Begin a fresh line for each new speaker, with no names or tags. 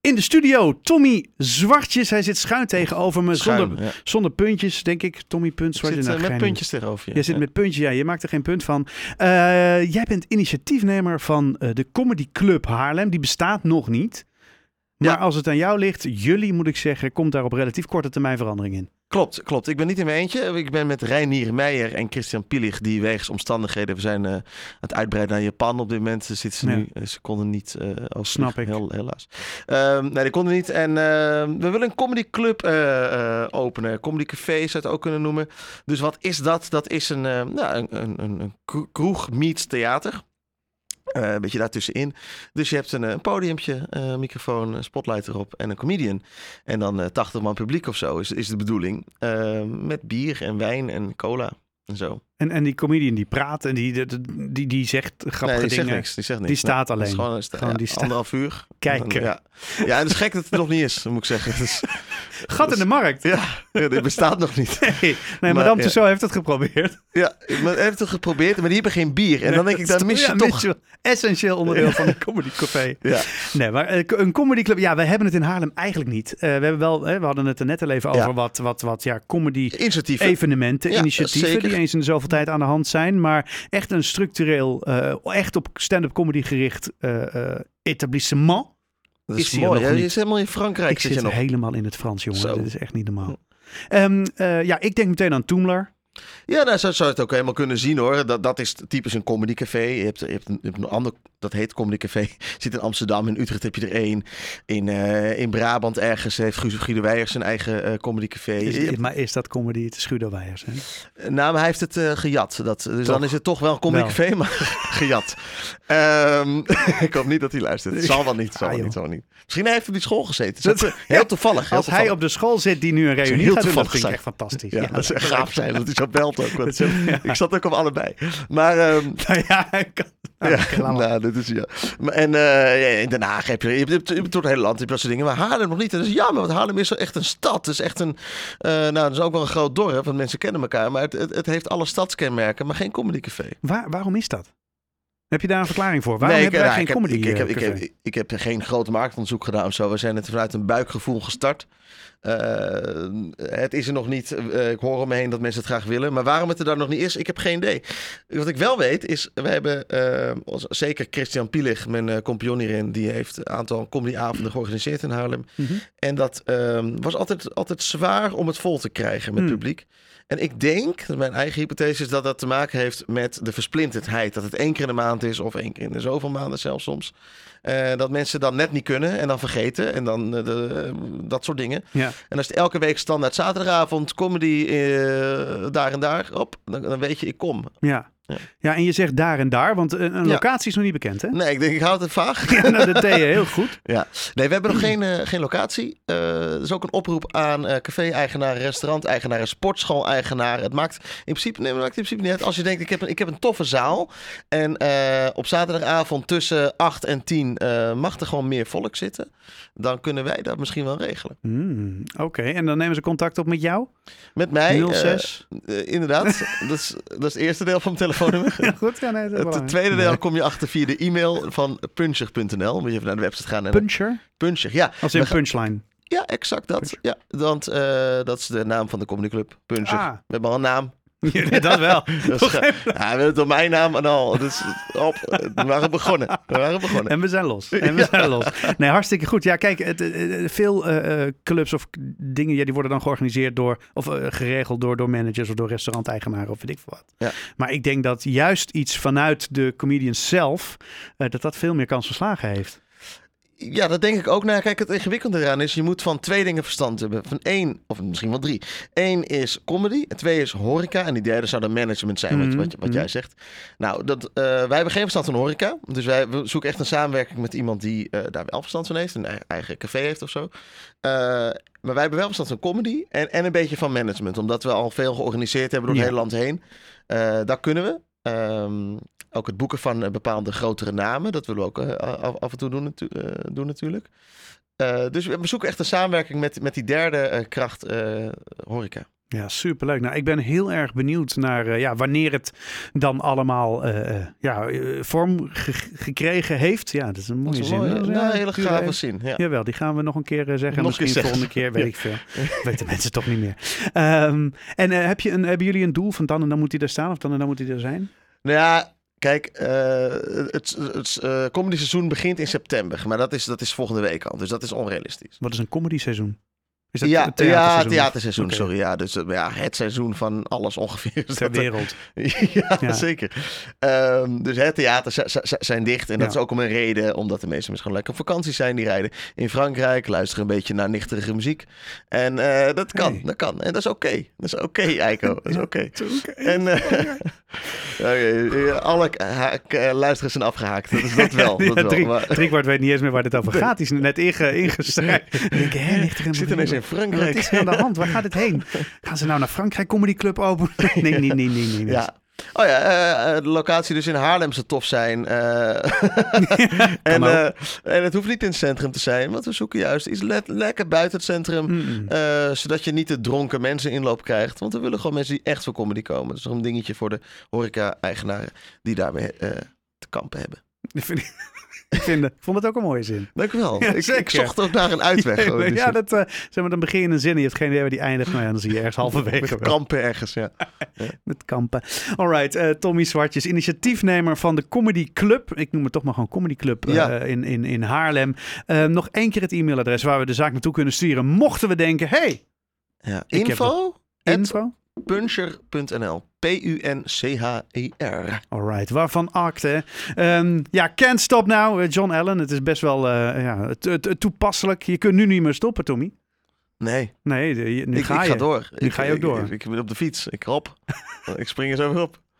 In de studio, Tommy Zwartjes. Hij zit schuin tegenover me.
Schuin,
zonder,
ja.
zonder puntjes, denk ik. Tommy Punt,
Ik
Zwartjes.
zit
nou,
eh,
gein
met
in.
puntjes tegenover je.
Jij zit
Ja.
met puntjes, ja. Je maakt er geen punt van. Eh, jij bent initiatiefnemer van eh, de Comedy Club Haarlem. Die bestaat nog niet. Maar
Ja.
als het aan jou ligt, jullie moet ik zeggen, komt daar op relatief korte termijn verandering in.
Klopt, klopt. Ik ben niet in mijn eentje. Ik ben met Reinier Meijer en Christian Pielig, die wegens omstandigheden... We zijn eh, aan het uitbreiden naar Japan op dit moment. Ze zitten ze
Ja.
nu. eh, Ze konden niet. eh als
Snap
vlieg-
ik.
Heel, helaas. Ehm, nee, die konden niet. En ehm, we willen een comedyclub eh, eh, openen. Comedy café zou je het ook kunnen noemen. Dus wat is dat? Dat is een, eh, nou, een, een, een, een kro- kroeg meets theater. Eh, een beetje daartussenin. Dus je hebt een, eh, een podiumpje, eh, een microfoon, een spotlight erop en een comedian. En dan eh 80 man publiek of zo is, is de bedoeling. Eh, met bier en wijn en cola en zo.
En, en die comedian die praat en die, die, die, die zegt grappige
nee, die
dingen.
zegt niks. Die zegt niks.
Die
Nee,
staat
dat is
alleen.
gewoon, een sta-
Gewoon
ja,
die staat.
anderhalf uur.
Kijken.
Ja. ja, het is gek dat het er nog niet is, moet ik zeggen. Dus,
Gat in de markt.
ja, dit bestaat nog niet.
Nee, nee
Maar,
Madame
ja.
Tussauds heeft het geprobeerd.
Ja, maar heeft het geprobeerd, maar die hebben geen bier. En dan denk ik,
dat
dan mis je
ja,
toch.
wel essentieel onderdeel van een comedycafé.
Ja.
Nee, maar eh, een comedyclub... Ja, we hebben het in Haarlem eigenlijk niet. Eh, we, hebben wel, hè, we hadden het er net al even
Ja.
over wat, wat, wat ja, comedy...
Initiatief.
Evenementen,
Ja,
initiatieven
zeker.
die eens in de zoveel tijd aan de hand zijn. Maar echt een structureel, eh, echt op stand-up comedy gericht eh, eh, etablissement.
dat
is
is
hier nog
mooi. hè?
niet.
Je is helemaal in Frankrijk.
Ik
zit
zit
je nog.
helemaal in het Frans, jongen.
Zo.
Dit is echt niet normaal. Ehm, eh, ja, ik denk meteen aan Toemler.
Ja, nou, zo zou je het ook helemaal kunnen zien hoor. Dat, dat is typisch een comedycafé. Je hebt, je hebt, een, je hebt een ander, dat heet comedycafé. Zit in Amsterdam, in Utrecht heb je er één. In, eh, in Brabant ergens heeft Guus Guido Weijers zijn eigen eh comedycafé.
Is-
Je hebt-
maar is dat comedy? Het is Guido Weijers. Hè?
Nou, maar hij heeft het eh, gejat. Dat, dus
Toch. Nou.
dan is het toch wel een comedycafé, maar gejat. Ehm, ik hoop niet dat hij luistert. Zal wel niet, zal
Ah,
wel niet,
joh.
zal wel niet. Misschien heeft hij op die school gezeten. Dat, is eh, heel toevallig. heel
Als hij op de school zit die nu een
is
reunie
heel
gaat doen, dat
toevallig
vind ik
zijn.
echt fantastisch.
Ja, dat is echt gaaf zijn dat hij zo belt ook.
Dat
want
is ook- ja.
Ik zat ook op allebei. Maar ehm,
Nou ja, hij kan- nou,
ja,
oké, laat maar.
nou, dat is ja. Maar, en eh, ja, in Den Haag heb je, je, hebt, je hebt door het hele land heb je dat soort dingen. Maar Haarlem nog niet. En dat is jammer, want Haarlem is wel echt een stad. Het is echt een, eh, nou, het is ook wel een groot dorp, want mensen kennen elkaar. Maar het, het, het heeft alle stadskenmerken, maar geen comedycafé.
Waar- waarom is dat? Heb je daar een verklaring voor? Waarom
Nee,
hebben wij
nou,
geen
ik heb-
comedy?
Ik, ik, heb,
eh,
ik, heb,
café?
ik, ik heb geen groot marktonderzoek gedaan of zo. We zijn het vanuit een buikgevoel gestart. Eh, het is er nog niet. Eh, ik hoor om me heen dat mensen het graag willen. Maar waarom het er dan nog niet is, ik heb geen idee. Wat ik wel weet is, we hebben eh, als- zeker Christian Pielig, mijn eh compagnon hierin, die heeft een aantal comedyavonden georganiseerd in Haarlem.
Mhm.
En dat ehm, was altijd, altijd zwaar om het vol te krijgen met
Hmm.
publiek. En ik denk, dat mijn eigen hypothese is dat dat te maken heeft met de versplinterdheid. Dat het één keer in de maand is of één keer in de zoveel maanden zelfs soms. Eh, dat mensen dan net niet kunnen en dan vergeten en dan eh, de- dat soort dingen.
Ja.
En als het elke week standaard zaterdagavond, comedy eh, daar en daar, op, dan, dan weet je, ik kom.
Ja.
Ja.
ja, en je zegt daar en daar, want eh, een, een
Ja.
locatie is nog niet bekend, hè?
Nee, ik denk, ik houd het vaag.
Ja, nou, dat deed je heel goed.
Ja, nee, we hebben nog geen, eh, geen locatie. Eh, Er is ook een oproep aan eh, café-eigenaren, restaurant-eigenaren, sportschool-eigenaren. Het maakt in principe, nee, het maakt in principe niet uit. Als je denkt, ik heb een, ik heb een toffe zaal. En eh, op zaterdagavond tussen 8 en 10 eh, mag er gewoon meer volk zitten. Dan kunnen wij dat misschien wel regelen.
Hmm, Oké, en dan nemen ze contact op met jou?
Met mij. eh,
06?
eh, inderdaad, dat is, dat is het eerste deel van mijn telefoonnummer.
Ja, goed, ja, nee, dat is
Het
belangrijk.
tweede deel kom je achter via de e-mail van puncher.nl. Moet je even naar de website gaan. En
Puncher?
puncher, ja.
Als
We
in
gaan-
punchline.
Ja, exact dat. Ja, want eh, dat is de naam van de comedyclub. Puncher.
Ah.
We hebben al een naam.
Ja, dat wel.
Dat is ge- ja, we hebben het door mijn naam en al. Dus op, we waren begonnen. We waren begonnen.
En we zijn los. En we zijn los. Nee, hartstikke goed. Ja, kijk, het, eh, eh, veel eh, eh, clubs of k- dingen, ja, die worden dan georganiseerd door, of eh, geregeld door, door managers of door restauranteigenaren of weet ik veel wat.
Ja.
Maar ik denk dat juist iets vanuit de comedians zelf, eh, dat dat veel meer kans van slagen heeft.
Ja, dat denk ik ook. Nou, ja, kijk, het ingewikkelde eraan is, je moet van twee dingen verstand hebben. Van één, of misschien wel drie. Eén is comedy, en twee is horeca. En die derde zou dan management zijn, wat-
Mhm,
wat, je- wat
mhm.
jij zegt. Nou, dat, eh, wij hebben geen verstand van horeca. Dus wij we zoeken echt een samenwerking met iemand die eh, daar wel verstand van heeft. Een ei- eigen café heeft of zo. Eh, maar wij hebben wel verstand van comedy en, en een beetje van management. Omdat we al veel georganiseerd hebben door het
Ja.
hele land heen. Eh dat kunnen we. Ehm, ook het boeken van eh, bepaalde grotere namen. Dat willen we ook eh, af, af en toe doen, natu- eh, doen natuurlijk. Eh, dus we we zoeken echt een samenwerking met, met die derde eh, kracht eh, horeca.
Ja, superleuk. Nou, ik ben heel erg benieuwd naar eh, ja, wanneer het dan allemaal eh, eh, ja, eh, vorm ge- gekregen heeft. Ja, dat is een mooie
Dat is
zin.
wel
hè?
een
Ja,
ja, hele
pure
gave
even.
zin. Ja.
Jawel, die gaan we nog een keer eh, zeggen.
Nog een
Misschien
keer
volgende keer, weet
Ja.
ik veel. Weten mensen toch niet meer. Ehm, en eh, heb je een, hebben jullie een doel van dan en dan moet hij er staan of dan en dan moet hij er zijn?
Nou ja, kijk, eh, het, het eh comedy seizoen begint in september. Maar dat is, dat is volgende week al, dus dat is onrealistisch.
Wat is een comedy seizoen? Is
ja,
het
ja,
theaterseizoen
theaterseizoen,
Oké.
sorry. Ja, dus eh, ja, het seizoen van alles ongeveer. is
ter
dat-
wereld?
ja,
Ja.
zeker. Ehm, dus hè, theaters zi- zi- zi- zijn dicht. En dat
Ja.
is ook om een reden, omdat de meeste mensen gewoon lekker op vakantie zijn. Die rijden in Frankrijk, luisteren een beetje naar nichterige muziek. En eh, dat kan,
Hey.
dat kan. En dat is oké. Dat is oké, Eiko. Dat is
Ja.
oké.
Oké.
En eh, oké, eh, alle k- haak- eh, luisteraars zijn afgehaakt. Dat is dat wel.
Ja,
Dat wel.
drie,
Maar,
driekwart weet niet eens meer waar dit over gaat. Die is net inge, ingestrijd. Ik denk, hè, ligt er
ik zit ineens in Frankrijk.
Wat is er aan de hand? Waar gaat het heen? Gaan ze nou naar Frankrijk Comedy Club openen? Nee, nee, nee, nee. nee, nee.
Ja. Oh ja, eh, eh, de locatie dus in Haarlem zou tof zijn. eh, en,
ook.
eh, en het hoeft niet in het centrum te zijn, want we zoeken juist iets le- lekker buiten het centrum.
Mm-mm.
eh, zodat je niet de dronken mensen inloop krijgt. Want er willen gewoon mensen die echt voor comedy komen. Dat is nog een dingetje voor de horeca-eigenaren die daarmee eh, te kampen hebben.
Dat vind ik, ik, vind, ik vond het ook een mooie zin.
Dank u wel.
Ja,
ik, ik
zeker.
zocht ook naar een uitweg. gewoon. Dus
ja, dat, eh, zeg maar, dan begin je een zin en je hebt geen idee waar die eindigt. Nou ja, dan zie je ergens halverwege
met
wel.
kampen ergens, ja.
Met kampen. All right, eh, Tommy Zwartjes, initiatiefnemer van de Comedy Club. Ik noem het toch maar gewoon Comedy Club eh,
Ja.
in, in, in Haarlem. Eh, nog één keer het e-mailadres waar we de zaak naartoe kunnen sturen. Mochten we denken, hey,
ja.
heb
Info
info.
puncher.nl E P-U-N-C-H-E-R.
Alright, waarvan acte. Ehm ja, Can't Stop Now, eh, John Allen. Het is best wel eh, ja, to- to- toepasselijk. Je kunt nu niet meer stoppen, Tommy.
Nee,
Nee, de- je- nu
ik,
ga
ik
je.
ga door.
Nu
ik,
ga je ook
ik-
door.
Ik, ik ben op de fiets. Ik hop. ik spring er zo weer op.